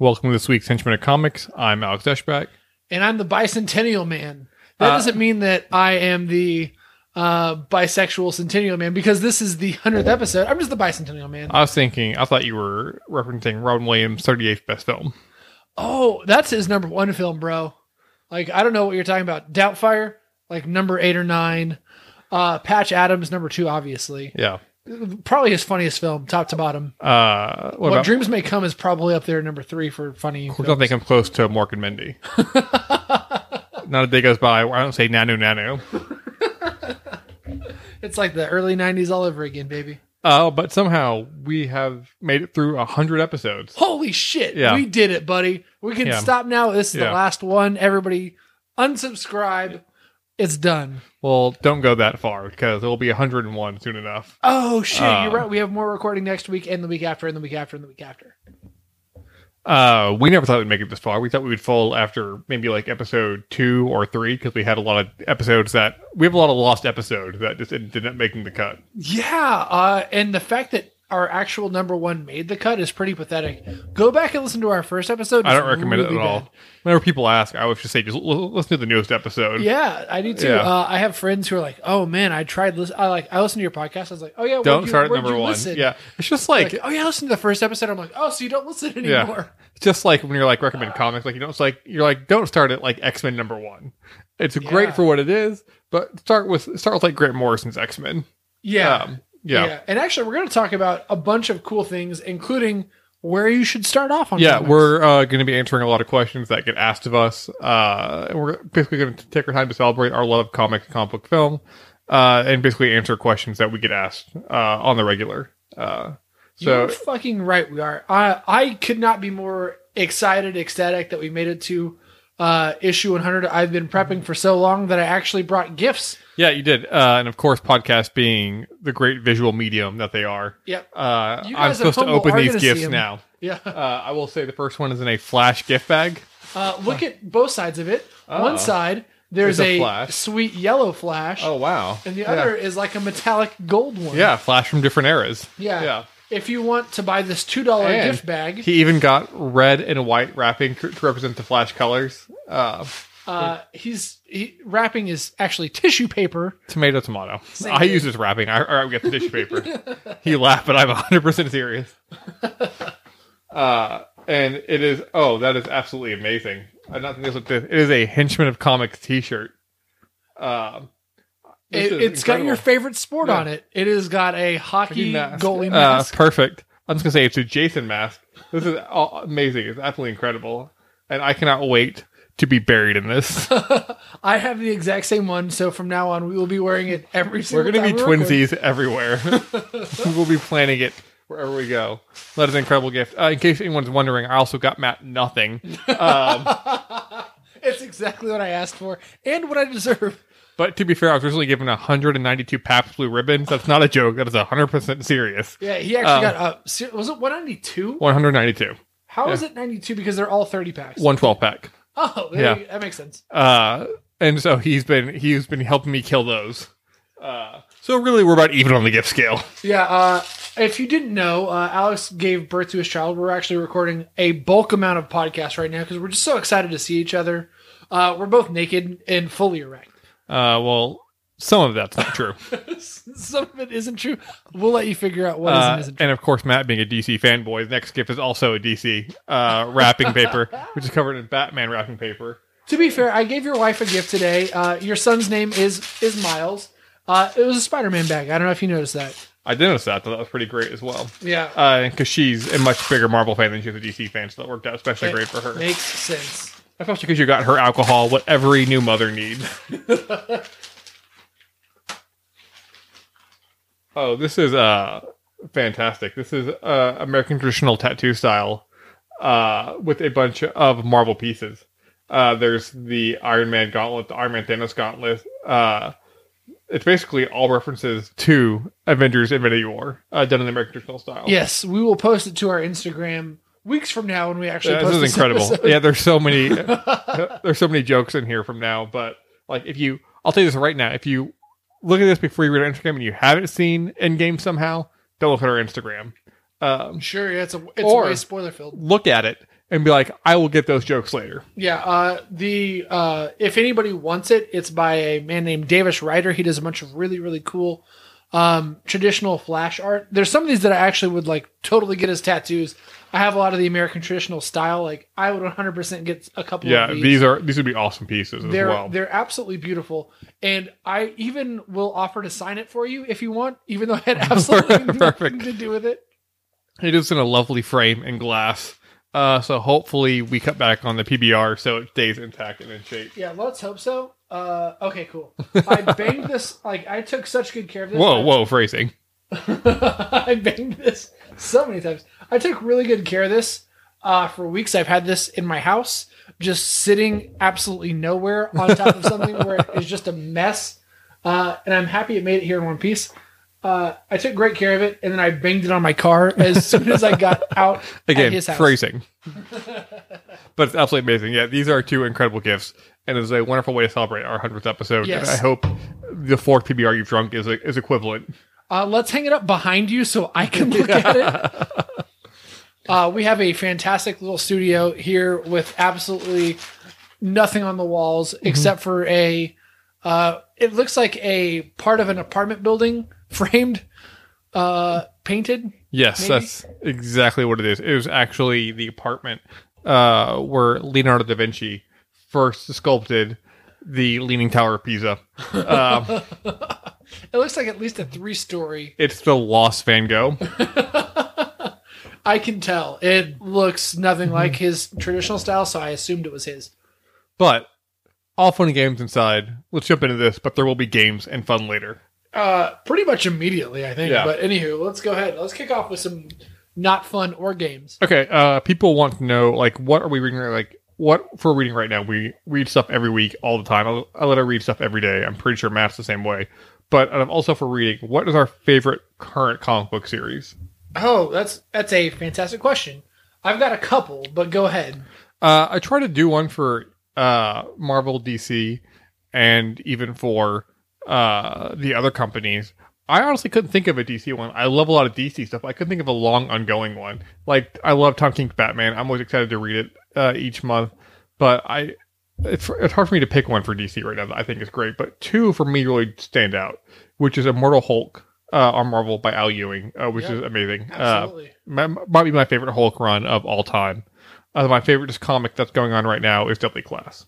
Welcome to this week's Henchman of Comics. I'm Alex Deshback. and I'm the bicentennial man. That doesn't mean that I am the uh, bisexual centennial man because this is the hundredth episode. I'm just the bicentennial man. I was thinking, I thought you were referencing Robin Williams' 38th best film. oh, that's his number one film, bro. Like I don't know what you're talking about. Doubtfire, like number eight or nine. Uh, Patch Adams, number two, obviously. Yeah. Probably his funniest film, top to bottom. Uh, what, What, about? Dreams May Come is probably up there, number three for funny. I don't think I'm close to Mork and Mindy. Not a day goes by where I don't say Nanu Nanu. It's like the early '90s all over again, baby. Uh, but somehow we have made it through 100 episodes. holy shit, Yeah. we did it, buddy. We can Yeah. stop now. This is Yeah. the last one. Everybody unsubscribe. It's done. Well, don't go that far because it'll be 101 soon enough. Oh shit, Uh. you're right. We have more recording next week and the week after and the week after and the week after. Uh, we never thought we'd make it this far. We thought we would fall after maybe like episode two or three because we had a lot of episodes that we have a lot of lost episodes that just didn't, didn't making the cut. Yeah, uh, and the fact that our actual number one made the cut is pretty pathetic. Go back and listen to our first episode. I It's don't recommend really it at all. bad. Whenever people ask, I always just say, just l- l- listen to the newest episode. Yeah, I do too. Yeah. Uh, I have friends who are like, "Oh man, I tried. Listen- I like. I listened to your podcast. I was like, oh yeah, where'd don't you- start at where'd number you one. listen? Yeah, it's just like, Like, oh yeah, I listened to the first episode. I'm like, oh, so you don't listen Yeah. anymore? just like when you're like recommend comics, like you don't it's like you're like don't start at like X Men number one. It's Yeah. great for what it is, but start with start with like Grant Morrison's X Men. Yeah. yeah, And actually, we're going to talk about a bunch of cool things, including where you should start off on. Yeah, comics. we're uh, going to be answering a lot of questions that get asked of us. Uh, and we're basically going to take our time to celebrate our love of comic and comic book film uh, and basically answer questions that we get asked uh, on the regular. Uh, so, You're fucking right. We are. I I could not be more excited, ecstatic that we made it to uh, issue 100. I've been prepping for so long that I actually brought gifts. yeah, you did. Uh, and of course, podcast being the great visual medium that they are. Yep. Uh, You I'm guys at supposed to home open are these gonna see gifts 'em. now. Yeah. Uh, I will say the first one is in a flash gift bag. Uh, look at both sides of it. One side there's There's a a, flash. sweet yellow flash, wow. and the other is like a metallic gold one. Yeah, flash from different eras. Yeah. Yeah. If you want to buy this two dollar And gift bag, He even got red and white wrapping to, to represent the flash colors. Uh, Uh, he's he, wrapping is actually tissue paper. tomato, tomato. Same I thing. use this wrapping. I, or I get the tissue paper. you laugh, but I'm 100% serious. Uh, and it is, oh, that is absolutely amazing. I don't think this looked It is a Henchman of Comics t shirt. Um, It, has it's got your favorite sport on it. It has got a hockey goalie Uh, mask. perfect. I'm just gonna say it's a Jason mask. This is all amazing. It's absolutely incredible, and I cannot wait to be buried in this. I have the exact same one, so from now on we will be wearing it every We're single gonna be time we record. twinsies everywhere. we'll be planning it wherever we go. That is an incredible gift. Uh, in case anyone's wondering, I also got Matt nothing, It's exactly what I asked for and what I deserve. but to be fair, I was originally given 192 Pabst Blue ribbons. That's not a joke. That is 100 percent serious. Yeah, he actually got uh, ser- was it 192? 192, How is it 92? Because they're all 30 packs. 112 pack. Oh, there Yeah. you- that makes sense. uh, and so he's been he's been helping me kill those. Uh, so really, we're about even on the gift scale. Yeah, uh, if you didn't know, uh, Alex gave birth to his child. We're actually recording a bulk amount of podcasts right now because we're just so excited to see each other. Uh, we're both naked and fully erect. Uh, well, some of that's not true, Some of it isn't true. We'll let you figure out what is uh, and isn't true. and of course, Matt being a DC fanboy, his next gift is also a DC uh, wrapping paper, which is covered in Batman wrapping paper. To be fair, I gave your wife a gift today. Uh, your son's name is is Miles. Uh, it was a Spider-Man bag. I don't know if you noticed that. I did notice that, though. That was pretty great as well. Yeah, Because she's a much bigger Marvel fan than she's a DC fan, so that worked out especially great for her. Makes sense. Especially because you got her alcohol, what every new mother needs. oh, this is uh fantastic. This is uh American traditional tattoo style uh with a bunch of Marvel pieces. Uh there's the Iron Man gauntlet, the Iron Man Thanos gauntlet. Uh it's basically all references Oh. to Avengers Infinity War, uh, done in the American traditional style. Yes, we will post it to our Instagram weeks from now when we actually Yeah, post this is incredible. episode. Yeah, there's so many there's so many jokes in here from now, but like if you I'll tell you this right now, if you look at this before you read our Instagram and you haven't seen Endgame somehow, don't look at our Instagram. Um, Sure, yeah, it's a it's Or- way spoiler filled. look at it and be like, I will get those jokes later. Yeah, uh, the uh, if anybody wants it, it's by a man named Davis Ryder. He does a bunch of really really cool um, traditional flash art. There's some of these that I actually would like totally get as tattoos. I have a lot of the American traditional style. Like I would 100% get a couple. Yeah, of these. these are these would be awesome pieces as they're well. they're absolutely beautiful and i even will offer to sign it for you if you want even though i had absolutely nothing Perfect. to do with it It is in a lovely frame and glass. Uh, so hopefully we cut back on the PBR so it stays intact and in shape. yeah let's hope so uh okay cool i banged this like i took such good care of this Whoa, whoa, phrasing. i banged this so many times i took really good care of this uh for weeks i've had this in my house just sitting absolutely nowhere on top of something where it is just a mess uh and i'm happy it made it here in one piece uh, I took great care of it, and then I banged it on my car as soon as I got out at Again, his house. phrasing. but it's absolutely amazing. Yeah, these are two incredible gifts, and it's a wonderful way to celebrate our hundredth episode. Yes. And I hope the fourth PBR you've drunk is is equivalent. Uh, let's hang it up behind you so I can look at it. Uh, we have a fantastic little studio here with absolutely nothing on the walls except for a. Uh, it looks like a part of an apartment building framed, uh, painted. Yes, Maybe. that's exactly what it is. It was actually the apartment uh, where Leonardo da Vinci first sculpted the Leaning Tower of Pisa. Um, It looks like at least a three story. it's the Lost Van Gogh. I can tell it looks nothing like his traditional style, so I assumed it was his. But all fun and games inside. Let's jump into this, but there will be games and fun later. Uh, pretty much immediately, I think. Yeah. But anywho, let's go ahead. Let's kick off with some not fun or games. Okay, uh, people want to know like what are we reading? right- Like what for reading right now? We read stuff every week, all the time. I, I let her read stuff every day. I'm pretty sure Matt's the same way. But um, also for reading, what is our favorite current comic book series? Oh, that's that's a fantastic question. I've got a couple, but go ahead. Uh, I try to do one for uh, Marvel, DC, and even for uh, the other companies. I honestly couldn't think of a DC one. I love a lot of DC stuff. but I couldn't think of a long ongoing one. Like I love Tom King's Batman. I'm always excited to read it uh, each month, but I it's, it's hard for me to pick one for DC right now. That I think is great, but two for me really stand out, which is Immortal Hulk uh, on Marvel by Al Ewing, uh, which Yeah. is amazing. Uh, Absolutely. my, might be my favorite Hulk run of all time. Uh, my favorite just comic that's going on right now is Deadly Class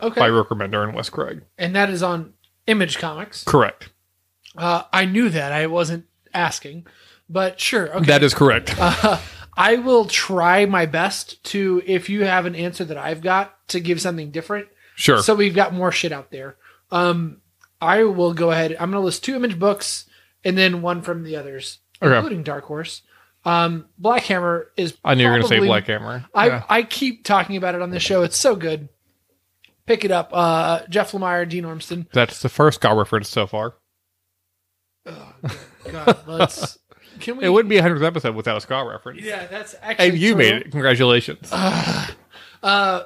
okay. by Rooker Bender and Wes Craig. and that is on Image Comics. Correct. Uh, I knew that. I wasn't asking, but sure. Okay. That is correct. Uh, I will try my best to, if you have an answer that I've got, to give something different. Sure. So we've got more shit out there. Um, I will go ahead. I'm going to list two image books and then one from the others, Okay. including Dark Horse. Um, Black Hammer is. I knew you were going to say probably- Black Hammer. I, Yeah. I keep talking about it on this show. It's so good. Pick it up. Uh, Jeff Lemire, Dean Ormston. That's the first Scott reference so far. Oh, God, let's. Can we? It wouldn't be a 100th episode without a Scott reference. Yeah, that's actually. And you true. made it. Congratulations. Uh,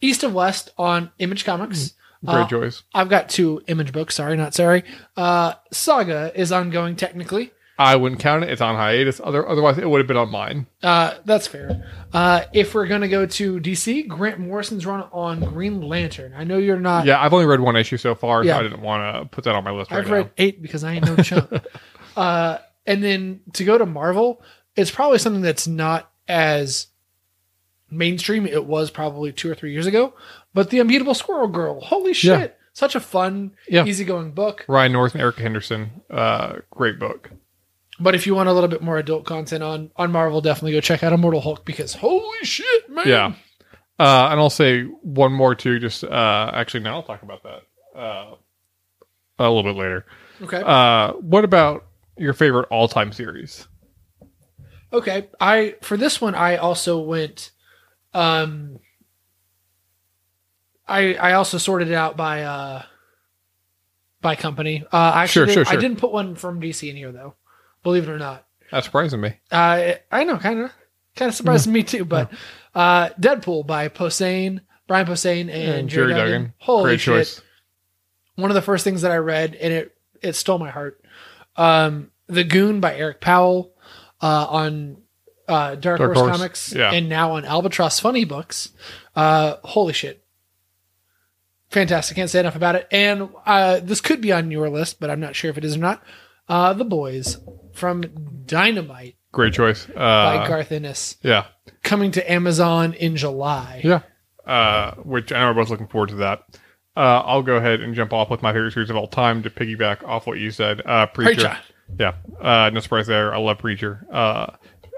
East of West on Image Comics. Mm, Great Uh, choice. I've got two image books. Sorry, not sorry. Uh, Saga is ongoing technically. I wouldn't count it. It's on hiatus. Other, otherwise, it would have been on mine. Uh, that's fair. Uh, if we're gonna go to DC, Grant Morrison's run on Green Lantern. I know you're not. Yeah, I've only read one issue so far, Uh, Yeah. so I didn't want to put that on my list right I've now. read eight because I ain't no chump. uh, and then to go to Marvel, it's probably something that's not as mainstream. It was probably two or three years ago, but the Unbeatable Squirrel Girl. Holy shit! Yeah. Such a fun, Yeah. easygoing book. Ryan North and Erica Henderson. Uh, great book. But if you want a little bit more adult content on on Marvel, definitely go check out Immortal Hulk because holy shit, man! Yeah. Uh, and I'll say one more too. Just uh, actually, now I'll talk about that uh, a little bit later. Okay. Uh, what about your favorite all-time series? Okay, I for this one I also went um I I also sorted it out by uh by company. Uh I Sure, actually did, sure, I sure. didn't put one from DC in here though. Believe it or not. That's surprising me. Uh I know kind of Kind of surprised Mm. me too, but uh, Deadpool by Posehn, Brian Posehn, and, Jerry, Duggan. Holy Great shit! choice. One of the first things that I read, and it it stole my heart. Um, the Goon by Eric Powell uh, on uh, Dark, Dark Horse, Horse, Comics, yeah. and now on Albatross Funny Books. Uh, holy shit! Fantastic! Can't say enough about it. And uh, this could be on your list, but I'm not sure if it is or not. Uh, the Boys from Dynamite Great choice. by Uh, Garth Ennis yeah, coming to Amazon in July. yeah. Uh, which I know we're both looking forward to that. Uh, I'll go ahead and jump off with my favorite series of all time to piggyback off what you said. Uh, Preacher. Preacher. Yeah. Uh, no surprise there. I love Preacher. Uh,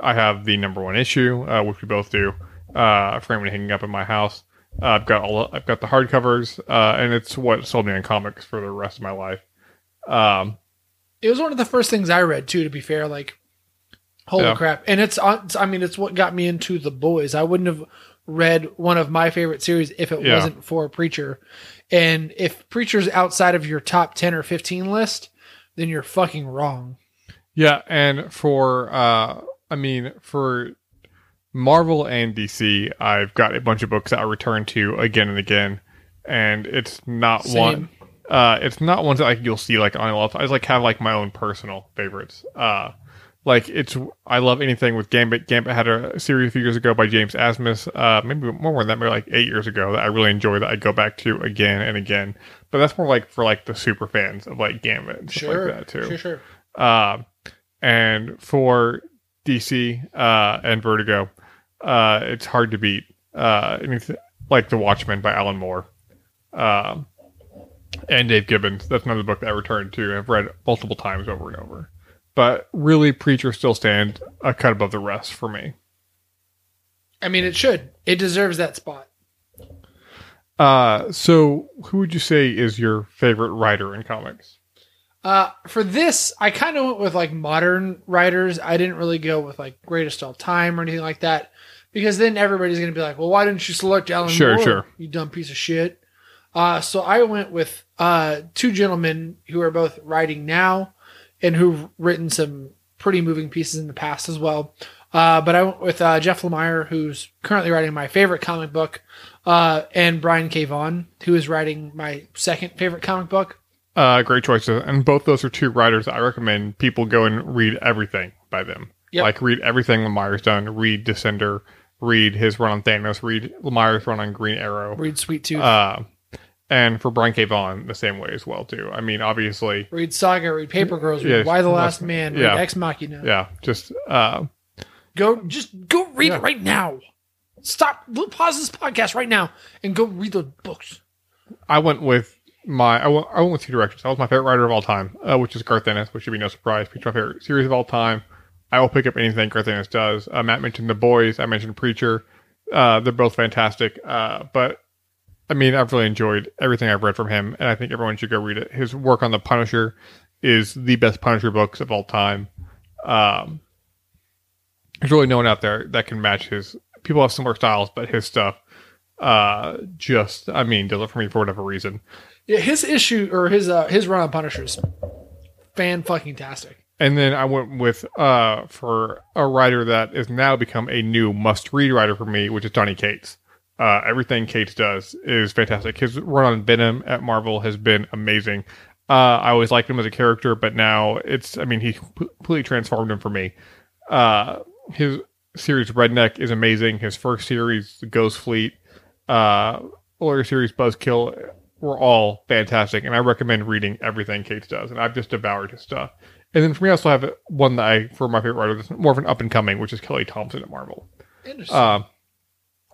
I have the number one issue, uh, which we both do, uh, framed and hanging up in my house. Uh, I've got all. I've got the hardcovers, uh, and it's what sold me on comics for the rest of my life. Um, It was one of the first things I read too. To be fair, like holy Yeah. crap! And it's on. it's- I mean, it's what got me into the boys. I wouldn't have read one of my favorite series if it Yeah. wasn't for Preacher. And if Preacher's outside of your top ten or fifteen list, then you're fucking wrong. Yeah, and for uh I mean for Marvel and DC, I've got a bunch of books that I return to again and again, and it's not Same. one. Uh, it's not ones that like you'll see like on a lot. I just like have like my own personal favorites. Uh, like it's I love anything with Gambit. Gambit had a series a few years ago by James Asmus. Uh, maybe more than that, maybe like eight years ago that I really enjoy that I go back to again and again. But that's more like for like the super fans of like Gambit and stuff Sure, like that too. sure, sure. Um, and for DC uh, and Vertigo, uh, it's hard to beat. Uh, anything, like The Watchmen by Alan Moore um, and Dave Gibbons. That's another book that I returned to. and I've read multiple times over and over. But really, Preacher still stand a cut above the rest for me. I mean, it should. It deserves that spot. Uh, so, who would you say is your favorite writer in comics? Uh, for this, I kind of went with like modern writers. I didn't really go with like greatest all time or anything like that, because then everybody's gonna be like, "Well, why didn't you select Alan Sure, Moore? sure. You dumb piece of shit." Uh, so I went with uh, two gentlemen who are both writing now, and who've written some pretty moving pieces in the past as well. Uh, but I went with uh, Jeff Lemire, who's currently writing my favorite comic book, uh, and Brian K. Vaughan, who is writing my second favorite comic book. Uh, great choices, and both those are two writers that I recommend people go and read everything by them. Yep. Like read everything Lemire's done. Read Descender. Read his run on Thanos. Read Lemire's run on Green Arrow. Read Sweet Tooth. Uh, and for Brian K. Vaughan, the same way as well too. I mean, obviously, Read Saga, read Paper Girls, read Yeah, Why the Last- Last Man, yeah. read Ex Machina. yeah. Just uh, Go, just go read Yeah. it right now. Stop, pause this podcast right now and go read those books. I went with my I went, I went with two directors. I was my favorite writer of all time, uh, which is Garth Ennis, which should be no surprise. It's my favorite series of all time. I will pick up anything Garth Ennis does. Uh, Matt mentioned The Boys. I mentioned Preacher. Uh, they're both fantastic. Uh, but I mean, I've really enjoyed everything I've read from him, and I think everyone should go read it. His work on The Punisher is the best Punisher books of all time. Um, there's really no one out there that can match his. People have similar styles, but his stuff uh, just, I mean, does it for me for whatever reason. Yeah, his issue or his uh, his run on Punishers, fan fucking tastic. And then I went with uh for a writer that has now become a new must read writer for me, which is Donny Cates. Uh, everything Cates does is fantastic. His run on Venom at Marvel has been amazing. Uh, I always liked him as a character, but now it's I mean he completely transformed him for me. Uh, his series Redneck is amazing. His first series The Ghost Fleet, uh, earlier series Buzzkill were all fantastic, and I recommend reading everything Cates does. And I've just devoured his stuff. And then for me, I also have one that I, for my favorite writer, that's more of an up and coming, which is Kelly Thompson at Marvel. Interesting. Uh,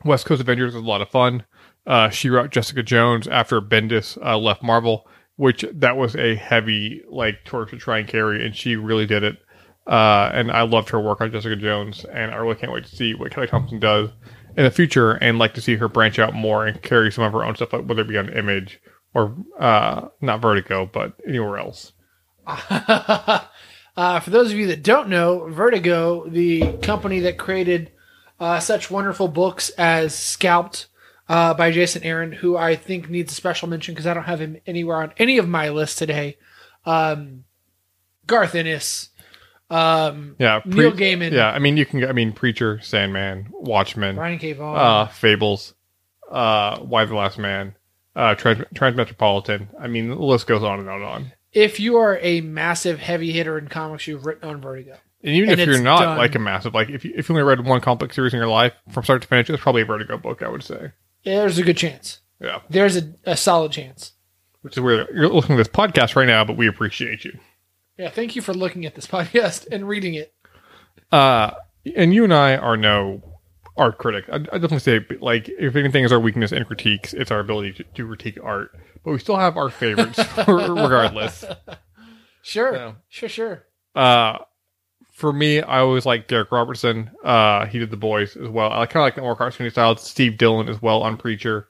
West Coast Avengers is a lot of fun. Uh, she wrote Jessica Jones after Bendis uh, left Marvel, which that was a heavy like torch to try and carry, and she really did it. Uh, and I loved her work on Jessica Jones, and I really can't wait to see what Kelly Thompson does in the future, and like to see her branch out more and carry some of her own stuff, like whether it be on Image or uh, not Vertigo, but anywhere else. uh, for those of you that don't know, Vertigo, the company that created uh, such wonderful books as Scalped uh, by Jason Aaron, who I think needs a special mention because I don't have him anywhere on any of my lists today. Um, Garth Ennis, Um, Yeah, Neil Gaiman, Yeah, I mean you can. I mean Preacher, Sandman, Watchmen, Brian K. Vaughan. uh, Fables, uh, Why the Last Man, uh, Trans- Transmetropolitan. I mean the list goes on and on and on. if you are a massive heavy hitter in comics, you've written on Vertigo. And even And if you're it's not done. like a massive, like if you, if you only read one complex series in your life from start to finish, it's probably a Vertigo book, I would say. There's a good chance. Yeah. There's a, a solid chance. Which is weird. You're listening to this podcast right now, but we appreciate you. Yeah, thank you for looking at this podcast and reading it. Uh, and you and I are no art critic. I, I definitely say, like, if anything is our weakness in critiques, it's our ability to, to critique art. But we still have our favorites, regardless. Sure, Yeah. sure, sure. Uh, for me, I always like Derek Robertson. Uh, he did The Boys as well. I kind of like the more cartoony style. Steve Dillon as well on Preacher,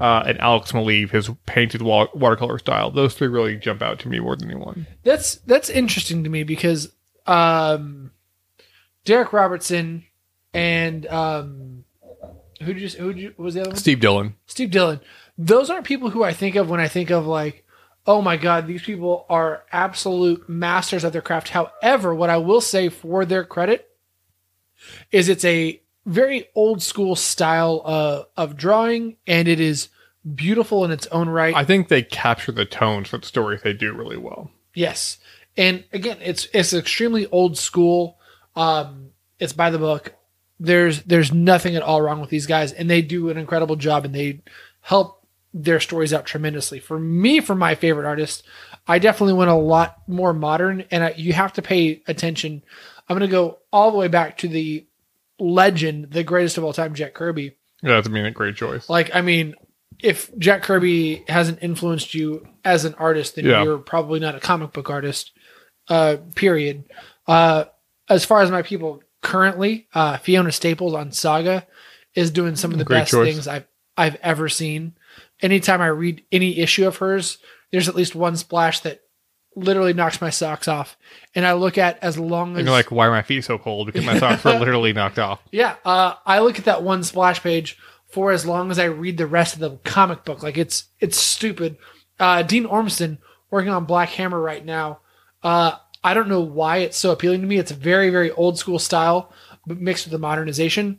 uh, and Alex Maleev, his painted wa- watercolor style. Those three really jump out to me more than anyone. That's that's interesting to me because um, Derek Robertson and um, who did you, who did you, what was the other one? Steve Dillon. Steve Dillon. Those aren't people who I think of when I think of like, oh my god, these people are absolute masters of their craft. However, what I will say for their credit is it's a very old school style uh, of drawing, and it is beautiful in its own right. I think they capture the tones for the stories they do really well. Yes, and again, it's it's extremely old school. Um, it's by the book. There's there's nothing at all wrong with these guys, and they do an incredible job, and they help their stories out tremendously. For me, for my favorite artist, I definitely went a lot more modern, and I, you have to pay attention. I'm going to go all the way back to the legend, the greatest of all time, Jack Kirby. Yeah, that's I mean a great choice. Like, I mean, if Jack Kirby hasn't influenced you as an artist, then Yeah. you're probably not a comic book artist. Uh, period. Uh, as far as my people currently, uh, Fiona Staples on Saga is doing some of the Great best choice. things I've I've ever seen. Anytime I read any issue of hers, there's at least one splash that literally knocks my socks off, and I look at as long And as you're like, why are my feet so cold? Because my socks were literally knocked off. yeah, uh, I look at that one splash page for as long as I read the rest of the comic book. Like it's it's stupid. Uh, Dean Ormston working on Black Hammer right now. Uh, I don't know why it's so appealing to me. It's a very very old school style, but mixed with the modernization,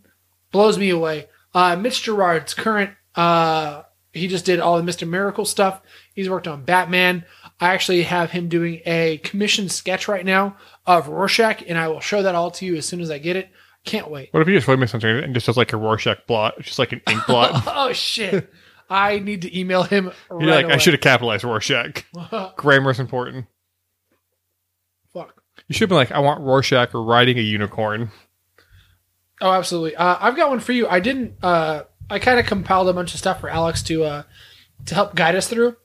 blows me away. Uh, Mitch Gerard's current. Uh, he just did all the Mister Miracle stuff. He's worked on Batman. I actually have him doing a commissioned sketch right now of Rorschach, and I will show that all to you as soon as I get it. Can't wait. What if you just really something and just does like a Rorschach blot, just like an ink blot? oh shit! I need to email him. Right You're like, away. I should have capitalized Rorschach. Grammar's important. Fuck. You should be like, I want Rorschach riding a unicorn. Oh, absolutely. Uh, I've got one for you. I didn't. Uh, I kind of compiled a bunch of stuff for Alex to uh, to help guide us through.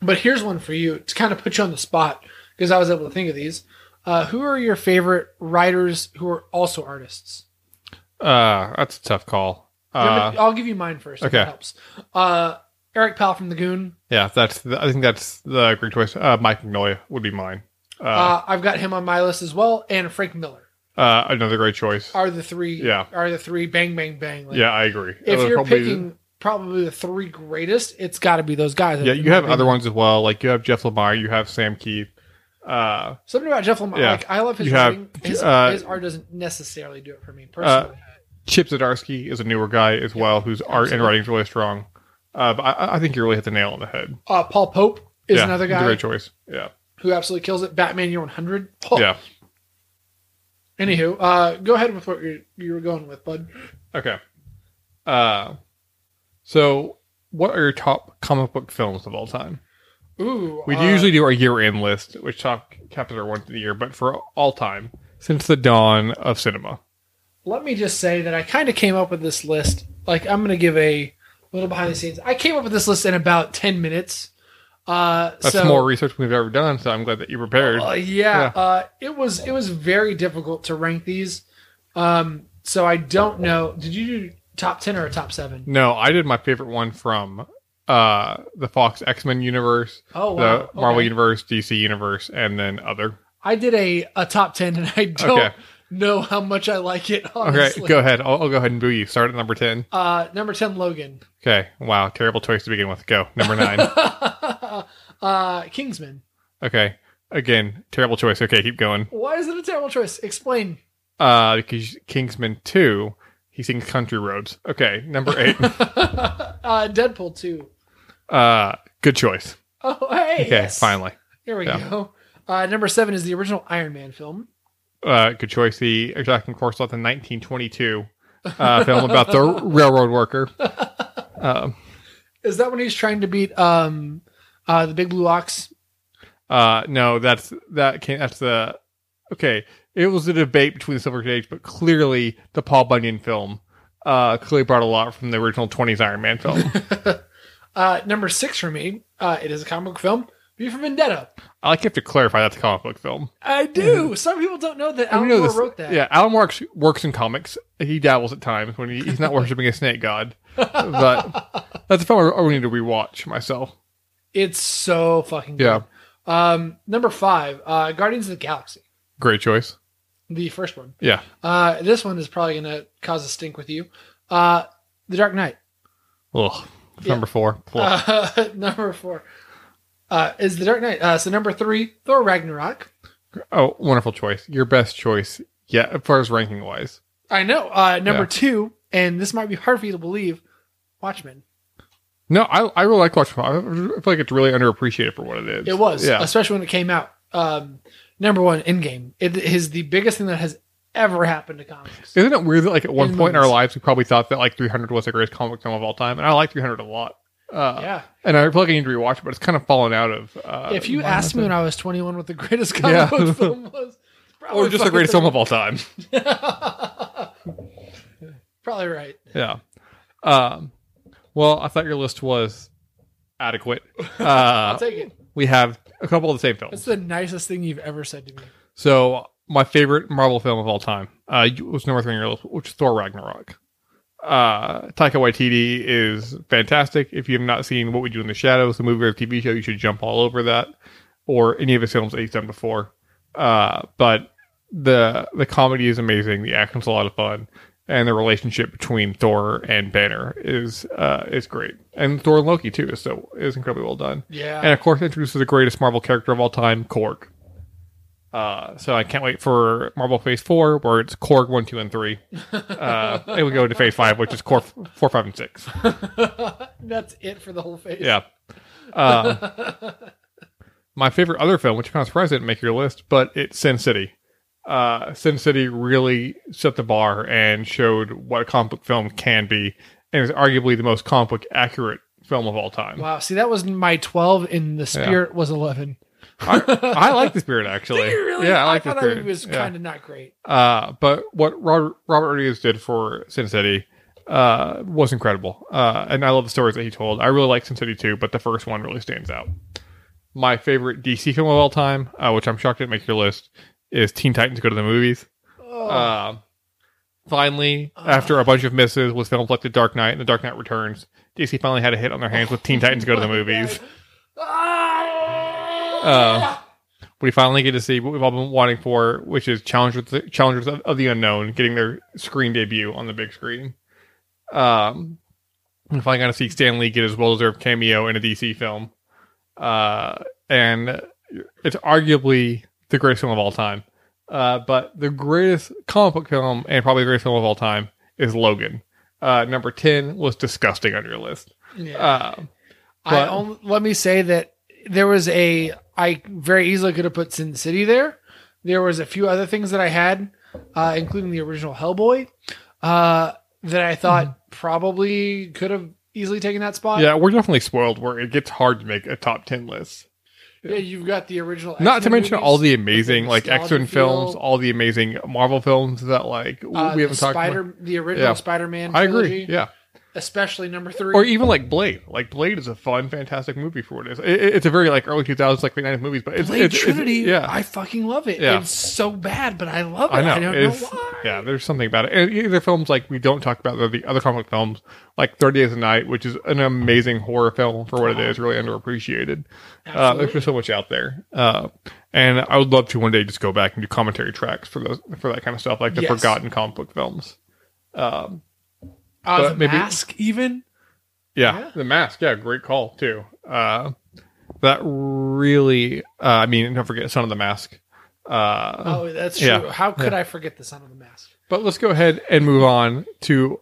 But here's one for you to kind of put you on the spot because I was able to think of these. Uh, who are your favorite writers who are also artists? Uh, that's a tough call. Uh, Remember- I'll give you mine first. If okay. that helps. Uh, Eric Powell from the Goon. yeah, that's. The, I think that's the great choice. Uh, Mike Mignola would be mine. Uh, Uh, I've got him on my list as well, and Frank Miller uh, another great choice. are the three. Yeah. are the three bang bang bang. Like, yeah, I agree. if Uh, you're probably- picking probably the three greatest, it's got to be those guys. yeah, in you my have other opinion. ones as well. Like you have Jeff Lemire, you have Sam Keith. Uh, Something about Jeff Lemire. Yeah. Like I love his You have, writing. His, uh, his art doesn't necessarily do it for me personally. Chip Zdarsky is a newer guy as well, whose art and absolutely. writing is really strong. Uh, but I, I think you really hit the nail on the head. Uh, Paul Pope is yeah, another he's a guy great choice. Yeah, who absolutely kills it. Batman Year One Hundred. Oh. yeah. Anywho, uh, go ahead with what you you were going with, bud. Okay. Uh, so what are your top comic book films of all time? Ooh, We uh, usually do our year-end list, which top captures our once a year, but for all time since the dawn of cinema. let me just say that I kind of came up with this list. Like I'm going to give a little behind the scenes. I came up with this list in about ten minutes. Uh, That's so, more research we've ever done, so I'm glad that you prepared. Uh, yeah, Yeah. Uh, it was it was very difficult to rank these. Um, so I don't know. Did you do top ten or a top seven? no, I did my favorite one from uh the Fox X-Men universe, Oh the wow, Marvel Okay. universe, DC universe, and then other. I did a, a top ten, and I don't Okay. know how much I like it. Okay, Honestly, go ahead. I'll, I'll go ahead and boo you. Start at number 10. Uh, number ten, Logan. Okay. Wow, terrible choice to begin with. Go. Number 9. uh, Kingsman. Okay. Again, terrible choice. Okay, keep going. Why is it a terrible choice? Explain. Uh, because Kingsman 2, he sings Country Roads. Okay, number eight. uh, Deadpool 2. uh, good choice. Oh, hey. Okay, yes. finally. Here we Yeah. go. Uh, number seven is the original Iron Man film. Uh, good choice. The Jackson Corsoff in 1922 uh, film about the railroad worker. Um, Is that when he's trying to beat um, uh, the Big Blue Ox? Uh, no, that's that can't. That's the okay. It was a debate between the Silver Age, but clearly the Paul Bunyan film uh, clearly brought a lot from the original 20s Iron Man film. Uh, number six for me, uh, it is a comic book film, V for Vendetta. I like you have to clarify that's a comic book film. I do. Some people don't know And that Alan you Mm-hmm. know Moore this- wrote that. Yeah, Alan Moore works in comics. He dabbles at times when he, he's not worshiping a snake god. But that's a film I, I need to rewatch myself. It's so fucking good. Yeah. Um, number five, uh, Guardians of the Galaxy, Great choice. the first one. Yeah. Uh, this one is probably gonna cause a stink with you. Uh, The Dark Knight. Ugh. Yeah. Number four. Ugh. Uh, number four uh, is The Dark Knight. Uh, so number three, Thor Ragnarok. oh, wonderful choice. Your best choice. Yeah, as far as ranking wise. I know. Uh, number Yeah. two, and this might be hard for you to believe, Watchmen. No, I, I really like Watchmen. I I feel like it's really underappreciated for what it is. It was, Yeah. especially when it came out. Um, number one, Endgame. It is the biggest thing that has ever happened to comics. Isn't it weird that like at one In point in our moments. lives we probably thought that like 300 was the greatest comic film of all time, and I like 300 a lot. Uh, yeah. And I feel like I need to rewatch it, but it's kind of fallen out of. Uh, if you my asked me method. when I was 21 what the greatest comic Yeah. book film was, it's probably or just the fucking greatest film of all time. probably right. Yeah. Um, well, I thought your list was adequate. Uh, I'll take it. we have a couple of the same films. That's the nicest thing you've ever said to me. So my favorite Marvel film of all time uh, was number three on your list, which is Thor Ragnarok. Uh, Taika Waititi is fantastic. If you have not seen What We Do in the Shadows, the movie or TV show, you should jump all over that or any of his films that he's done before. Uh, but the the comedy is amazing. The action's a lot of fun, and the relationship between Thor and Banner is uh, is great. And Thor and Loki too is so is incredibly well done. Yeah. And of course, introduces the greatest Marvel character of all time, Korg. Uh, so I can't wait for Marvel Phase 4, where it's Korg 1, 2, and 3. Uh, and we go into Phase 5, which is Korg 4, 5, and 6. That's it for the whole face. Yeah. Um, my favorite other film, which I'm kind of surprised it didn't make your list, but it's Sin City. Uh, Sin City really set the bar and showed what a comic book film can be, and is arguably the most comic book accurate film of all time. Wow. See, that was my 12, and the spirit was 11. I, I like the spirit actually. Yeah, I like the thought spirit. it was Yeah. kind of not great. Uh, but what Robert, Robert Rodriguez did for Sin City uh, was incredible. Uh, and I love the stories that he told. I really like Sin City too, but the first one really stands out. My favorite DC film of all time, uh, which I'm shocked didn't make your list, is Teen Titans Go to the Movies. Oh, Uh, finally, after a bunch of misses with films like The Dark Knight and The Dark Knight Returns, DC finally had a hit on their hands with Teen Titans Go to the Oh, my Movies. God. Uh, Ah! we finally get to see what we've all been wanting for, which is Challengers, Challengers of, of the Unknown getting their screen debut on the big screen. Um, we finally got to see Stan Lee get his well deserved cameo in a DC film. Uh, and it's arguably the greatest film of all time. Uh, but the greatest comic book film and probably the greatest film of all time is Logan. Uh, number 10 was disgusting on your list. yeah. Uh, I But- only, let me say that there was a I very easily could have put Sin City there. There was a few other things that I had, uh, including the original Hellboy, uh, that I thought probably could have easily taken that spot. Mm-hmm. yeah, we're definitely spoiled where it gets hard to make a top 10 list. Yeah, you've got the original. Not to X-Men mention movies, all the amazing like nostalgia X Men films, feel. all the amazing Marvel films that like w- uh, we the haven't talked Spider, about. the original Yeah. Spider-Man. I agree. trilogy, Yeah. especially number three. Or even like Blade. Like Blade is a fun, fantastic movie for what it is. It, it- it's a very like early 2000s, like late 90s movies, but it's, Blade it's, it's- Trinity. yeah. I fucking love it. Yeah. It's so bad, but I love it. I know. don't It's- know why. Yeah, there's something about it. And either films like we don't talk about they're the other comic films, like Thirty Days a Night, which is an amazing horror film for what it is, really underappreciated. Uh, there's Absolutely. just so much out there, uh, and I would love to one day just go back and do commentary tracks for those for that kind of stuff, like the Yes. forgotten comic book films. Um, Uh, but the maybe- Oh, mask even. Yeah, Yeah. the mask. Yeah, great call too. Uh, That really, uh, I mean, don't forget Son of the Mask. Uh, Oh, that's true. Yeah. How could I forget the Son of the Mask? But let's go ahead and move on to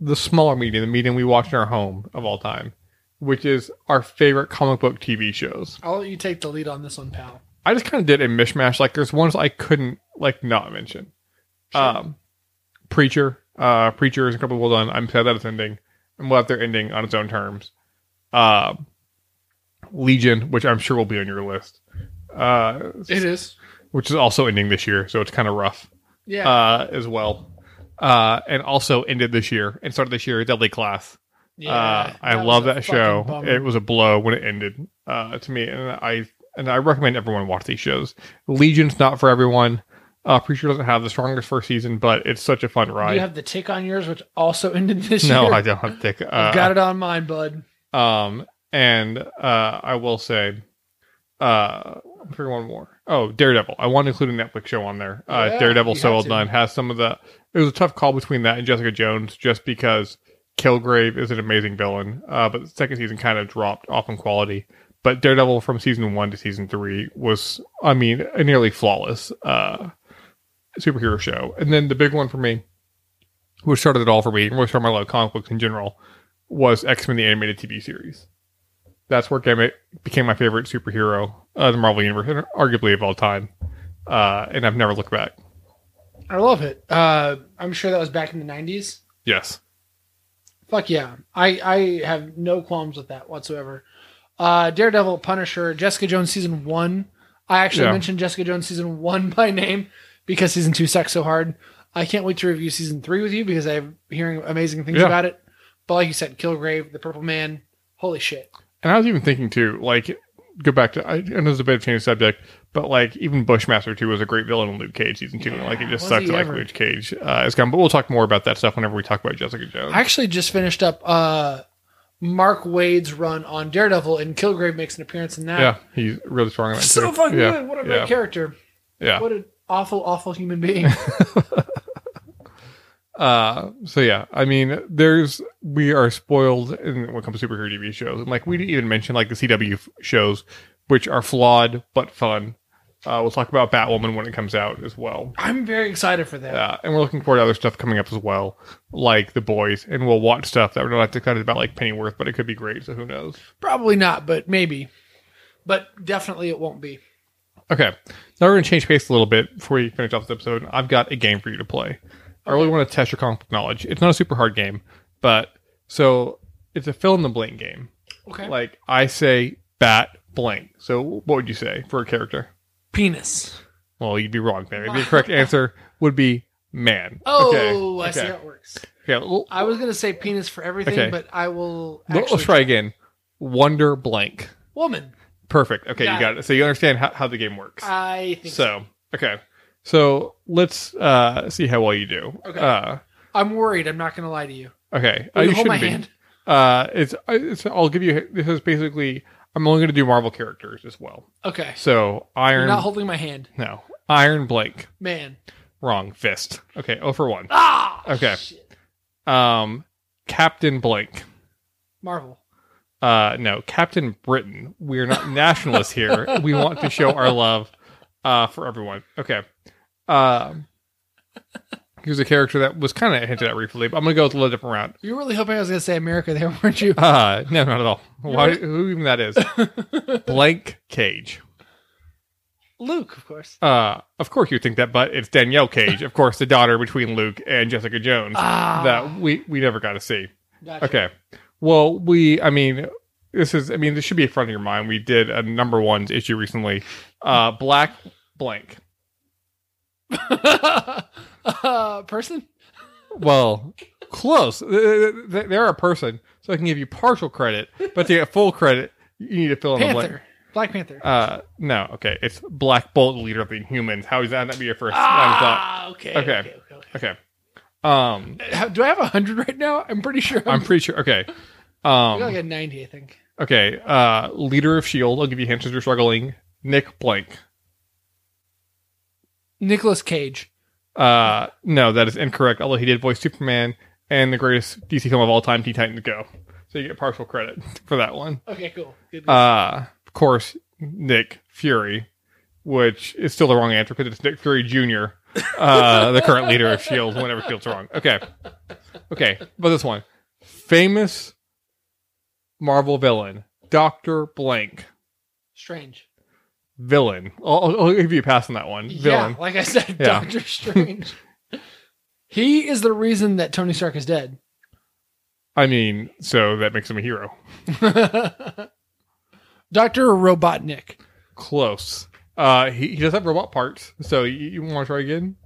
the smaller medium, the medium we watch in our home of all time, which is our favorite comic book TV shows. I'll let you take the lead on this one, pal. I just kind of did a mishmash. Like there's ones I couldn't like not mention. Sure. Um, Preacher, uh, Preacher is incredibly well done. I'm sad that it's ending, and we'll have their ending on its own terms. Um, Legion, which I'm sure will be on your list, uh, It is. which is also ending this year, so it's kind of rough Yeah. uh, as well, uh, and also ended this year and started this year. Deadly Class. yeah uh, I was love a that fucking show. bummer. It was a blow when it ended uh, to me, and I and I recommend everyone watch these shows. Legion's not for everyone. Uh, Preacher doesn't have the strongest first season, but it's such a fun Do you ride. have the tick on yours, which also ended this No, year? I don't have thick. I've Uh, got it on mine, bud. Um, and uh, I will say, uh, I'm figuring one more. Oh, Daredevil. I want to include a Netflix show on there. Uh, Yeah, Daredevil, you so have well to. done. Has some of the. It was a tough call between that and Jessica Jones, just because Kilgrave is an amazing villain. Uh, but the second season kind of dropped off in quality. But Daredevil from season one to season three was, I mean, a nearly flawless uh, superhero show. And then the big one for me, which started it all for me, and really started my love of comic books in general, was X Men the animated TV series. That's where Gambit became my favorite superhero of the Marvel universe, and arguably of all time. Uh, and I've never looked back. I love it. Uh, I'm sure that was back in the 90s. Yes, Fuck yeah. I, I have no qualms with that whatsoever. Uh, Daredevil, Punisher, Jessica Jones season one. I actually Yeah. mentioned Jessica Jones season one by name because season two sucks so hard. I can't wait to review season three with you because I'm hearing amazing things Yeah. about it. But like you said, Kilgrave, the Purple Man, holy shit. and I was even thinking too, like go back to I, I know it's a bit of change of subject, but like even Bushmaster two was a great villain in Luke Cage season two. like it Yeah, just was sucks he that, like ever. Luke Cage uh, is gone. But we'll talk more about that stuff whenever we talk about Jessica Jones. I actually just finished up uh, Mark Wade's run on Daredevil, and Kilgrave makes an appearance in that. yeah, he's really strong. in that, So too. fucking yeah. good. What a yeah. great character. Yeah. What an awful, awful human being. Uh, so yeah, I mean, there's we are spoiled in when it comes to superhero TV shows, and like we didn't even mention like the CW f- shows, which are flawed but fun. Uh, we'll talk about Batwoman when it comes out as well, I'm very excited for that. uh, and we're looking forward to other stuff coming up as well, like The Boys, and we'll watch stuff that we're not that excited about, like Pennyworth, but it could be great. So who knows? Probably not, but maybe. But definitely it won't be. Okay, now we're gonna change pace a little bit before we finish off this episode. I've got a game for you to play. I really want to test your comic book knowledge. It's not a super hard game, but so it's a fill in the blank game. Okay. Like I say bat blank. So what would you say for a character? Penis. Well, you'd be wrong there. The correct answer would be man. Oh, I okay. see how it works. Yeah, l- I was going to say penis for everything, Okay. but I will l- actually let's try again. Wonder blank. woman. Perfect. Okay, Got you got it. So you understand how, how the game works. I think so. so, okay. So let's uh, see how well you do. Okay. Uh, I'm worried. I'm not going to lie to you. okay. Uh, Will you you hold my shouldn't be. hand? Uh, it's, it's. I'll give you. This is basically. I'm only going to do Marvel characters as well. Okay. So You're Iron. not holding my hand. no. Iron Blake. Man. Wrong. Fist. Okay, oh for 1. Ah! Okay. shit. Um Captain Blank. Marvel. Uh no, Captain Britain. We're not nationalists here. We want to show our love uh for everyone. Okay. Um he was a character that was kind of hinted at briefly, but I'm gonna go with a little different route. You were really hoping I was going to say America there, weren't you? Uh no, not at all. Why You're- who even that is? Blank Cage. Luke, of course. Uh of course you would think that, but it's Danielle Cage, of course, the daughter between Luke and Jessica Jones Ah. that we we never got to see. Gotcha. Okay. Well, we, I mean, this is, I mean, this should be in front of your mind. We did a number ones issue recently. Uh, black blank. uh, person? Well, close. Th- th- th- They're a person, so I can give you partial credit, but to get full credit, you need to fill in the blank. Panther. Black Panther. Uh, no, okay. It's Black Bolt, leader of the Inhumans. How is that not be your first line ah, okay. Okay. okay, okay, okay. thought? Okay. Um, How- Do I have a hundred right now? I'm pretty sure I'm, I'm pretty sure. Okay. I got like Um, a ninety. I think okay. Uh, leader of Shield. I'll give you hints as you're struggling. Nick blank. Nicholas Cage. Uh, no, that is incorrect. Although he did voice Superman and the greatest DC film of all time, Teen Titans Go. so you get partial credit for that one. Okay, cool. Good. good. Uh, of course, Nick Fury, which is still the wrong answer because it's Nick Fury Jr., uh, the current leader of S.H.I.E.L.D., whenever S.H.I.E.L.D.'s wrong. Okay. Okay, but this one. Famous Marvel villain, Dr. Blank. Strange. Villain. I'll, I'll give you a pass on that one. Villain. Yeah, like I said, Yeah. Doctor Strange. he is the reason that Tony Stark is dead. I mean, so that makes him a hero. Doctor Robotnik. Close. Uh, he, he does have robot parts, so you, you want to try again?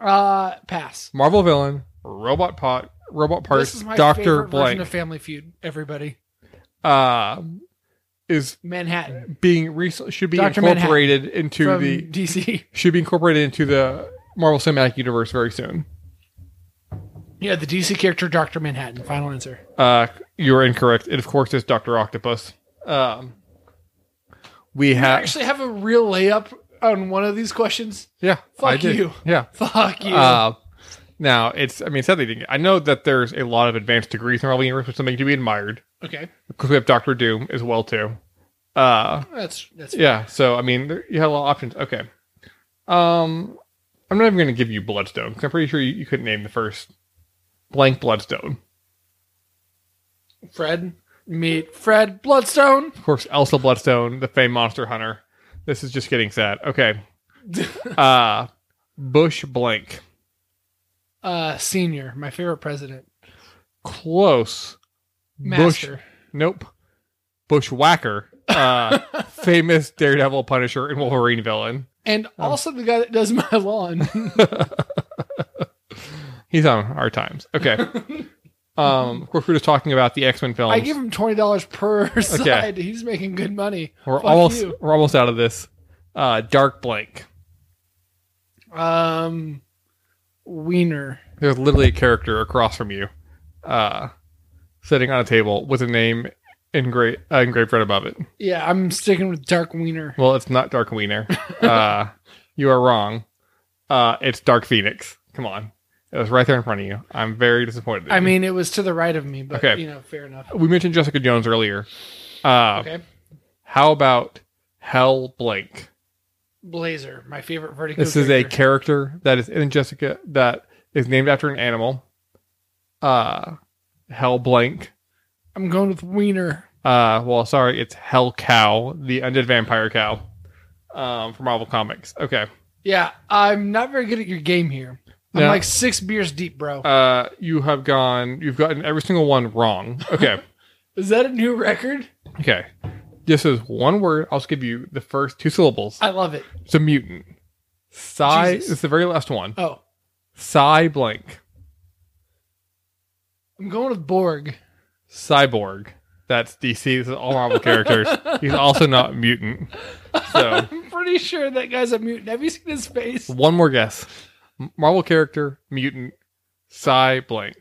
Uh, pass. Marvel villain, robot pot, robot this parts, is my Doctor favorite version Blank of Family Feud. Everybody, uh, is Manhattan being recently should be Dr. incorporated into from the DC. should be incorporated into the Marvel Cinematic Universe very soon. Yeah, the DC character Doctor Manhattan. Final answer. Uh, you're incorrect. It of course is Doctor Octopus. Um, we I have actually have a real layup on one of these questions. yeah. I Fuck did. you. Yeah. Fuck you. Uh, now it's I mean sadly didn't- I know that there's a lot of advanced degrees in Marvel Universe, which is something to be admired okay, because we have Doctor Doom as well too. Uh, that's that's Yeah, so I mean, there, you had a lot of options. Okay, um, I'm not even going to give you Bloodstone because I'm pretty sure you, you couldn't name the first blank Bloodstone. Fred. Meet Fred Bloodstone. Of course, Elsa Bloodstone, the famed monster hunter. This is just getting sad. Okay, uh, Bush blank, uh, senior, my favorite president. close. Bush, Master. nope. Bushwhacker, uh, famous Daredevil, Punisher, and Wolverine villain. And Oh. also the guy that does my lawn. He's on our times. Okay. Um, of course, we we're just talking about the X Men films. I give him twenty dollars per side. He's making good money. We're Fuck almost you. we're almost out of this. Uh, dark blank. Um, Wiener. There's literally a character across from you, uh, sitting on a table with a name engra- uh, engraved right above it. Yeah, I'm sticking with Dark Wiener. Well, it's not Dark Wiener. Uh, you are wrong. Uh, it's Dark Phoenix. Come on, it was right there in front of you. I'm very disappointed. in I you. mean, it was to the right of me, but Okay. you know, fair enough. we mentioned Jessica Jones earlier. Uh, Okay, How about Hell Blank? Blazer, my favorite Vertigo. This is a character. character that is in Jessica that is named after an animal. Uh Hell Blank. I'm going with Wiener. Uh well sorry, it's Hell Cow, the undead vampire cow. Um from Marvel Comics. Okay. Yeah, I'm not very good at your game here. I'm No. like six beers deep, bro. Uh you have gone you've gotten every single one wrong. Okay. is that a new record? okay. This is one word. I'll just give you the first two syllables. I love it. It's a mutant. Psy Jesus. it's the very last one. Oh, Psy blank. I'm going with Borg. Cyborg. That's DC. This is all Marvel characters. He's also not a mutant. So I'm pretty sure that guy's a mutant. Have you seen his face? one more guess. M- Marvel character, mutant, Cy blank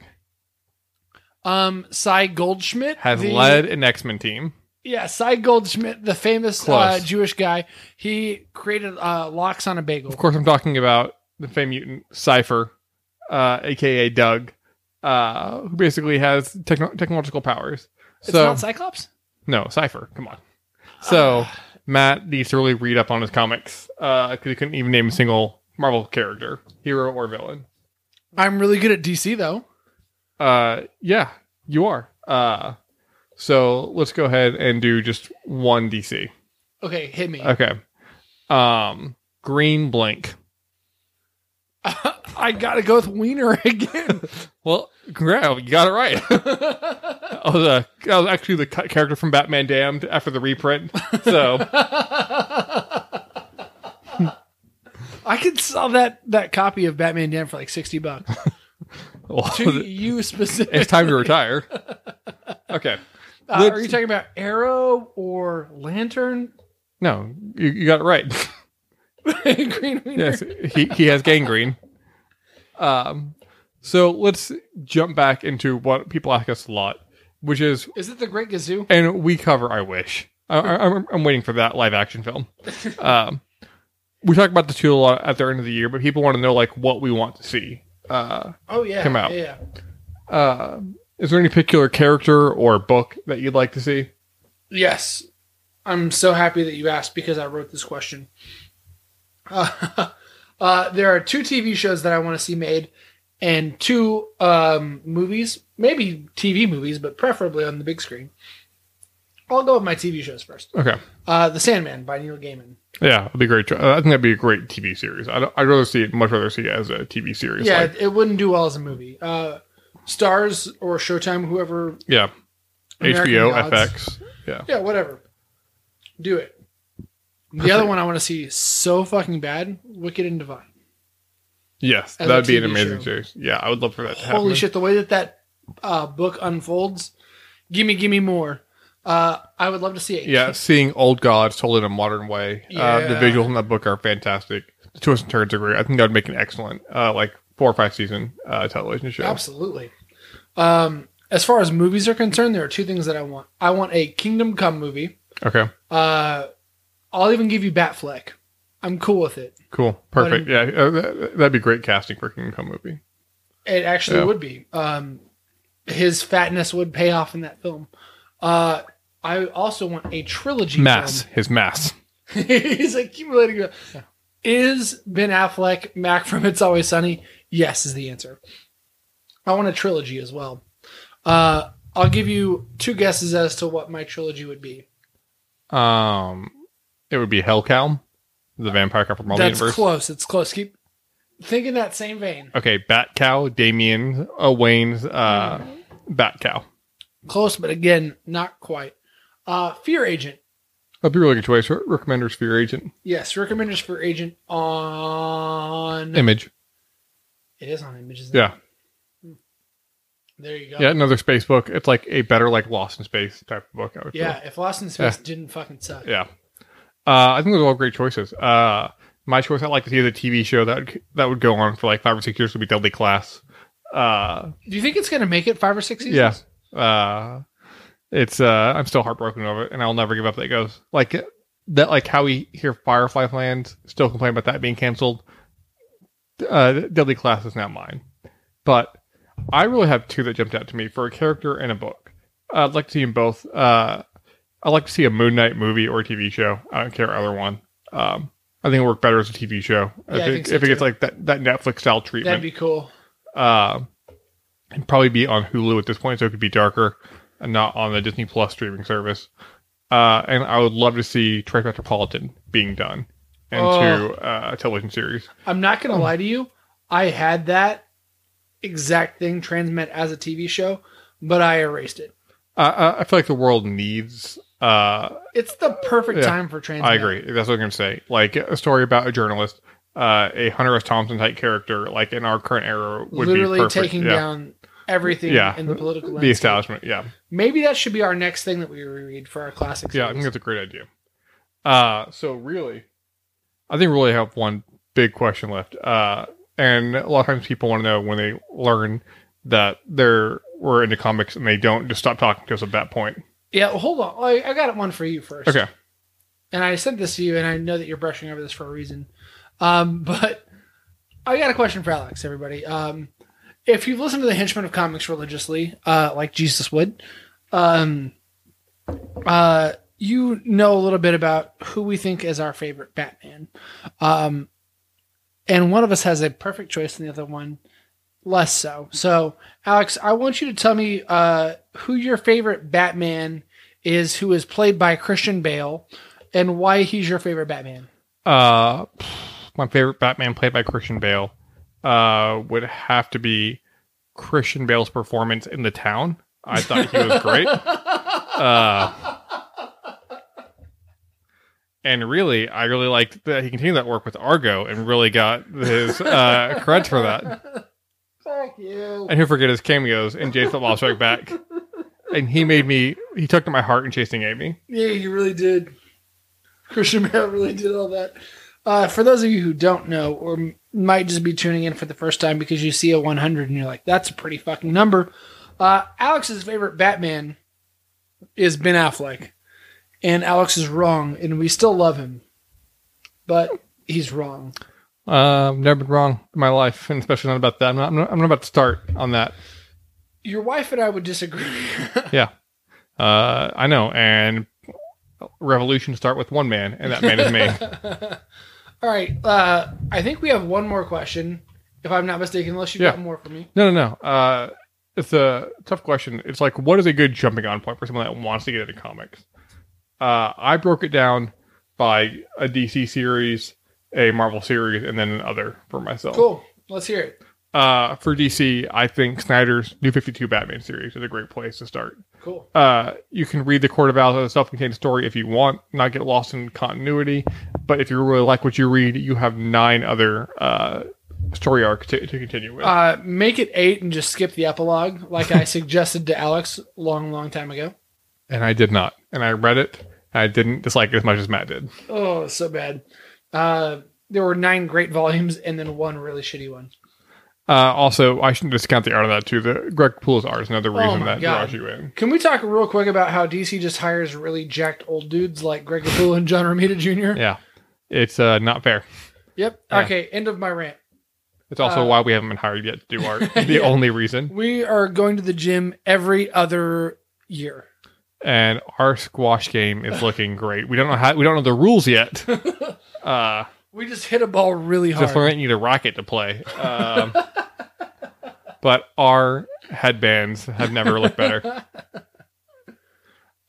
Um, Cy Goldschmidt has the- led an X Men team. Yeah, Cy Goldschmidt, the famous uh, Close. Jewish guy. He created uh, locks on a bagel. Of course, I'm talking about the famed mutant Cipher, uh, aka Doug, uh, who basically has techno- technological powers. It's So not Cyclops. no, Cipher. Come on. So Ah. Matt needs to really read up on his comics because he couldn't even name a single Marvel character, hero or villain. I'm really good at DC though. Uh, yeah, you are. Uh, so let's go ahead and do just one DC. Okay, hit me. Okay. Um, green blank. I gotta go with Wiener again. Well, congrats, you got it right. that, was uh, that was actually the ca- character from Batman Damned after the reprint. So I could sell that that copy of Batman Damned for like sixty bucks well, to you specifically. it's time to retire. Okay. Uh, are let's- you talking about Arrow or Lantern? No, you, you got it right. Green Wiener. yes, he, he has gangrene. Um, so let's jump back into what people ask us a lot, which is, Is it the Great Gazoo? and we cover I Wish. I, I, I'm, I'm waiting for that live action film. Um, we talk about the two a lot at the end of the year, but people want to know like what we want to see. Uh, Oh yeah, Come out. Yeah, uh, Is there any particular character or book that you'd like to see? Yes. I'm so happy that you asked because I wrote this question. Uh, uh, there are two TV shows that I want to see made and two um, movies, maybe TV movies, but preferably on the big screen. I'll go with my TV shows first. Okay. Uh, the Sandman by Neil Gaiman. Yeah, it'd be great. to- I think that'd be a great TV series. I'd, I'd rather see it, much rather see it as a TV series. yeah, like- it, it wouldn't do well as a movie. Uh, Stars or Showtime, whoever yeah. American HBO, Gods. FX. Yeah. Yeah, whatever. Do it. The other one I want to see so fucking bad, Wicked and Divine. Yes, As a that'd be an TV amazing show. series. Yeah, I would love for that to happen. Holy shit, the way that that uh, book unfolds, gimme, gimme more. Uh, I would love to see it. Yeah, seeing old gods told in a modern way. Uh, the Yeah. visuals in that book are fantastic. The twists and turns are great. I think that would make an excellent, uh, like four or five season uh, television show. absolutely. Um, as far as movies are concerned, there are two things that I want. I want a Kingdom Come movie. Okay, Uh, I'll even give you Batfleck. I'm cool with it. cool, perfect. Yeah, uh, that, that'd be great casting for a Kingdom Come movie. It actually Yeah. would be. Um, his fatness would pay off in that film. Uh, I also want a trilogy. Mass, his mass. Film. He's accumulating. Is Ben Affleck Mac from It's Always Sunny? Yes, is the answer. I want a trilogy as well. Uh, I'll give you two guesses as to what my trilogy would be. Um, it would be Hellcow, the vampire cow from Marvel That's Universe. close. It's close. Keep think in that same vein. okay, Bat Cow, Damien, uh, Wayne's uh, Mm-hmm. Bat Cow. Close, but again, not quite. Uh, Fear Agent. That'd be a really good choice. Re- Recommenders for your agent. Yes, recommenders for agent on. Image. It is on images. Yeah. There you go. Yeah, another space book. It's like a better like Lost in Space type of book. I would Yeah, say. if Lost in Space didn't fucking suck. yeah. Uh, I think those are all great choices. Uh, my choice I'd like to see is a TV show that would, that would go on for like five or six years would be Deadly Class. Uh, Do you think it's going to make it five or six seasons? yeah. Uh, it's uh, I'm still heartbroken over it, and I'll never give up. That it goes like that, like how we hear Firefly Land still complain about that being canceled. Uh, Deadly Class is now mine, but I really have two that jumped out to me for a character and a book. I'd like to see them both. Uh, I'd like to see a Moon Knight movie or TV show. I don't care either one. Um, I think it would work better as a TV show. Yeah, I if, think it, so if it gets too. like that, that Netflix style treatment, That'd be cool. uh, it'd probably be on Hulu at this point, so it could be darker and not on the Disney Plus streaming service. Uh, and I would love to see Trek Metropolitan being done into Oh. uh, a television series. I'm not going to Um, lie to you. I had that exact thing transmit as a TV show, but I erased it. Uh, I feel like the world needs. Uh, It's the perfect Yeah. time for transmit. I agree. That's what I'm going to say. Like a story about a journalist, uh, a Hunter S. Thompson type character, like in our current era, would Literally be perfect. taking yeah. down everything Yeah. in the political the landscape. establishment. Yeah. Maybe that should be our next thing that we reread for our classics. Yeah, I think that's a great idea. Uh, so really, I think we really have one big question left. Uh, and a lot of times people want to know when they learn that they're we're into comics and they don't just stop talking to us at that point. yeah, well, hold on. I, I got one for you first. Okay. and I sent this to you, and I know that you're brushing over this for a reason. Um, but I got a question for Alex, everybody. Um, if you've listened to the Henchmen of Comics religiously, uh, like Jesus would, um, uh, you know a little bit about who we think is our favorite Batman. Um, and one of us has a perfect choice, and the other one less so. So, Alex, I want you to tell me uh, who your favorite Batman is, who is played by Christian Bale, and why he's your favorite Batman. Uh, my favorite Batman played by Christian Bale uh, would have to be Christian Bale's performance in The Town. I thought he was great. Uh, and really, I really liked that he continued that work with Argo and really got his uh, credits for that. Fuck you. And who forget his cameos in Jason Football Strike Back. And he made me, he took to my heart in Chasing Amy. Yeah, you really did. Christian Bale really did all that. Uh, for those of you who don't know, or m- might just be tuning in for the first time because you see a 100 and you're like, that's a pretty fucking number. Uh, Alex's favorite Batman is Ben Affleck. And Alex is wrong, and we still love him. But he's wrong. Um, Uh, I've never been wrong in my life, and especially not about that. I'm not, I'm not, I'm not about to start on that. your wife and I would disagree. Uh, I know, and revolutions start with one man, and that man is me. All right. Uh, I think we have one more question, if I'm not mistaken, unless you've Yeah. got more for me. No, no, no. Uh, it's a tough question. It's like, what is a good jumping on point for someone that wants to get into comics? Uh, I broke it down by a DC series, a Marvel series, and then another for myself. Cool. Let's hear it. Uh, for DC, I think Snyder's New 52 Batman series is a great place to start. Cool. Uh, you can read the Court of Owls as a self-contained story if you want, not get lost in continuity. But if you really like what you read, you have nine other uh, story arcs to, to continue with. Uh, make it eight and just skip the epilogue, like I suggested to Alex long, long time ago. and I did not. And I read it. And I didn't dislike it as much as Matt did. Oh, so bad. Uh, there were nine great volumes and then one really shitty one. Uh, also, I shouldn't discount the art of that too. The Greg Poole's art is another Oh reason my that God. draws you in. Can we talk real quick about how DC just hires really jacked old dudes like Greg Capullo and John Romita Jr.? Yeah, it's uh, not fair. Yep. Yeah. Okay. End of my rant. It's also Uh, why we haven't been hired yet to do art. The Yeah. only reason. We are going to the gym every other year. And our squash game is looking great. We don't know how. We don't know the rules yet. Uh, We just hit a ball really hard. Just learn you need a rocket to play. Um, but our headbands have never looked better.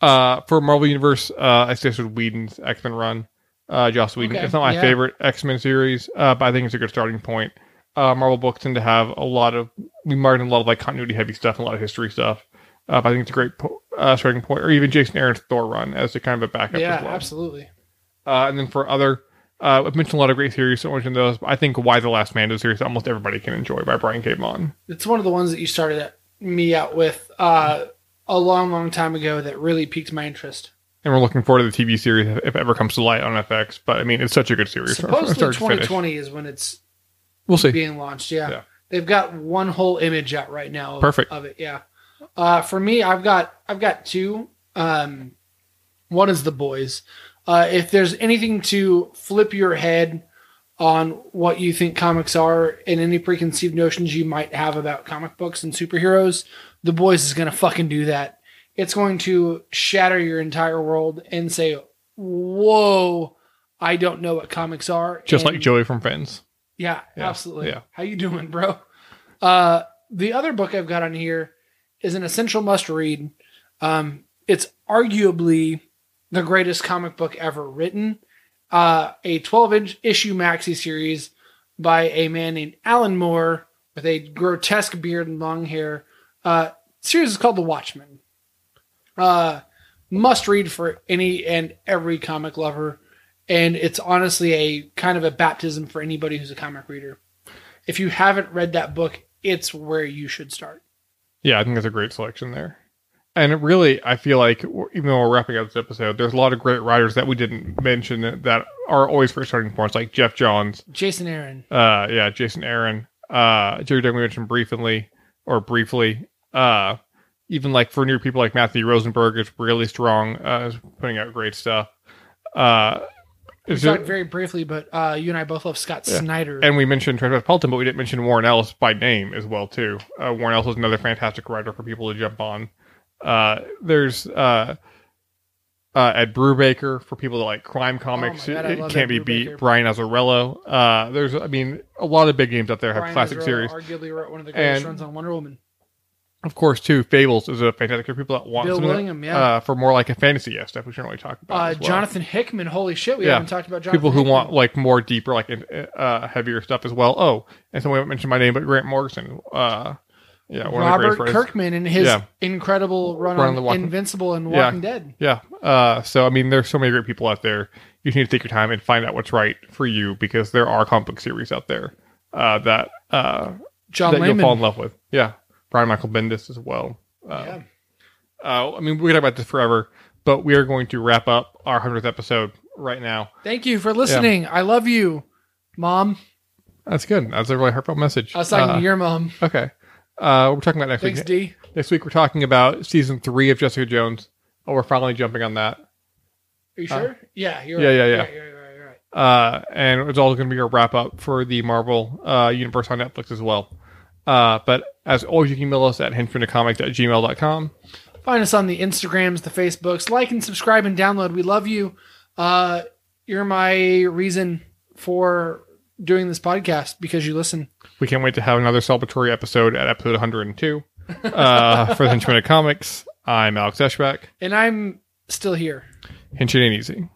Uh, for Marvel Universe, uh, I suggested Whedon's X Men run. Uh, Joss Whedon. Okay, It's not my yeah. favorite X Men series, uh, but I think it's a good starting point. Uh, Marvel books tend to have a lot of we marked a lot of like continuity heavy stuff and a lot of history stuff. Uh, but I think it's a great po- uh, starting point, or even Jason Aaron's Thor run as a kind of a backup. yeah, as well. absolutely. Uh, and then for other, uh, I've mentioned a lot of great series, so I mentioned those. But I think Why the Last Man is a series that almost everybody can enjoy by Brian K. Vaughan. It's one of the ones that you started at, me out with uh, a long, long time ago that really piqued my interest. And we're looking forward to the TV series if it ever comes to light on FX. But I mean, it's such a good series. from- from Supposedly start to finish. 2020 is when it's We'll see. being launched. Yeah. Yeah. They've got one whole image out right now. Of, Perfect. Of it, yeah. Uh, for me, I've got I've got two. Um, one is the boys. Uh, if there's anything to flip your head on what you think comics are and any preconceived notions you might have about comic books and superheroes, the boys is gonna fucking do that. It's going to shatter your entire world and say, "Whoa, I don't know what comics are." Just like and- Joey from Friends. yeah, Yeah, absolutely. yeah. How you doing, bro? Uh, the other book I've got on here is an essential must read. Um, it's arguably the greatest comic book ever written. Uh, a 12 inch issue maxi series by a man named Alan Moore with a grotesque beard and long hair. Uh, series is called The Watchmen. Uh, must read for any and every comic lover and it's honestly a kind of a baptism for anybody who's a comic reader. If you haven't read that book, it's where you should start. Yeah, I think that's a great selection there. And it really, I feel like w- even though we're wrapping up this episode, there's a lot of great writers that we didn't mention that- that are always great starting points, like Jeff Johns, Jason Aaron, uh yeah jason aaron uh jerry Duggan we mentioned briefly or briefly uh even like for new people like matthew rosenberg is really strong uh is putting out great stuff uh we is talked it- very briefly, but uh, you and I both love Scott Yeah. Snyder. and we mentioned Transmetropolitan, but we didn't mention Warren Ellis by name as well too. Uh, Warren Ellis is another fantastic writer for people to jump on. Uh, there's uh, uh, Ed Brubaker for people that like crime comics. Oh God, I it love can't be Ed Brubaker. beat. Brian Azzarello. Uh, there's, I mean, a lot of big names out there have Brian classic Azzarello series. arguably wrote one of the greatest And- runs on Wonder Woman. Of course, too. Fables is a fantastic for people that want Bill something that- Willingham, yeah. uh, for more like a fantasy yeah, stuff. We shouldn't really talk Uh, about as well. Jonathan Hickman, holy shit, we Yeah. haven't talked about Jonathan. people who Hickman. want like more deeper, like in- uh, heavier stuff as well. Oh, and so we haven't mentioned my name, but Grant Morrison. Uh, yeah, one of Robert the greatest writers. Kirkman and his Yeah. incredible run, Run on on The Walking- Invincible and Yeah. Walking Dead. Yeah. Uh, so I mean, there's so many great people out there. You just need to take your time and find out what's right for you because there are comic book series out there uh, that uh, John that Layman. you'll fall in love with. Yeah, Brian Michael Bendis as well. Uh, yeah. uh, I mean, we could talk about this forever, but we are going to wrap up our hundredth episode right now. Thank you for listening. I love you, mom. That's good. That's a really heartfelt message. I was talking Uh, to your mom. Okay. Uh, we're talking about next Thanks, week. D. Next week, we're talking about season three of Jessica Jones. Oh, we're finally jumping on that. Are you Uh, sure? yeah, you're yeah, right. yeah, You're yeah. right, you're right, you're right, you're right. Uh, and it's all going to be a wrap up for the Marvel uh, universe on Netflix as well. Uh, but as always, you can email us at henchmentocomics at gmail.com. Find us on the Instagrams, the Facebooks. Like and subscribe and download. We love you. Uh, you're my reason for doing this podcast because you listen. We can't wait to have another celebratory episode at episode 102 uh, for the Henchmen of Comics. I'm Alex Eschbach. And I'm still here. Henching ain't easy.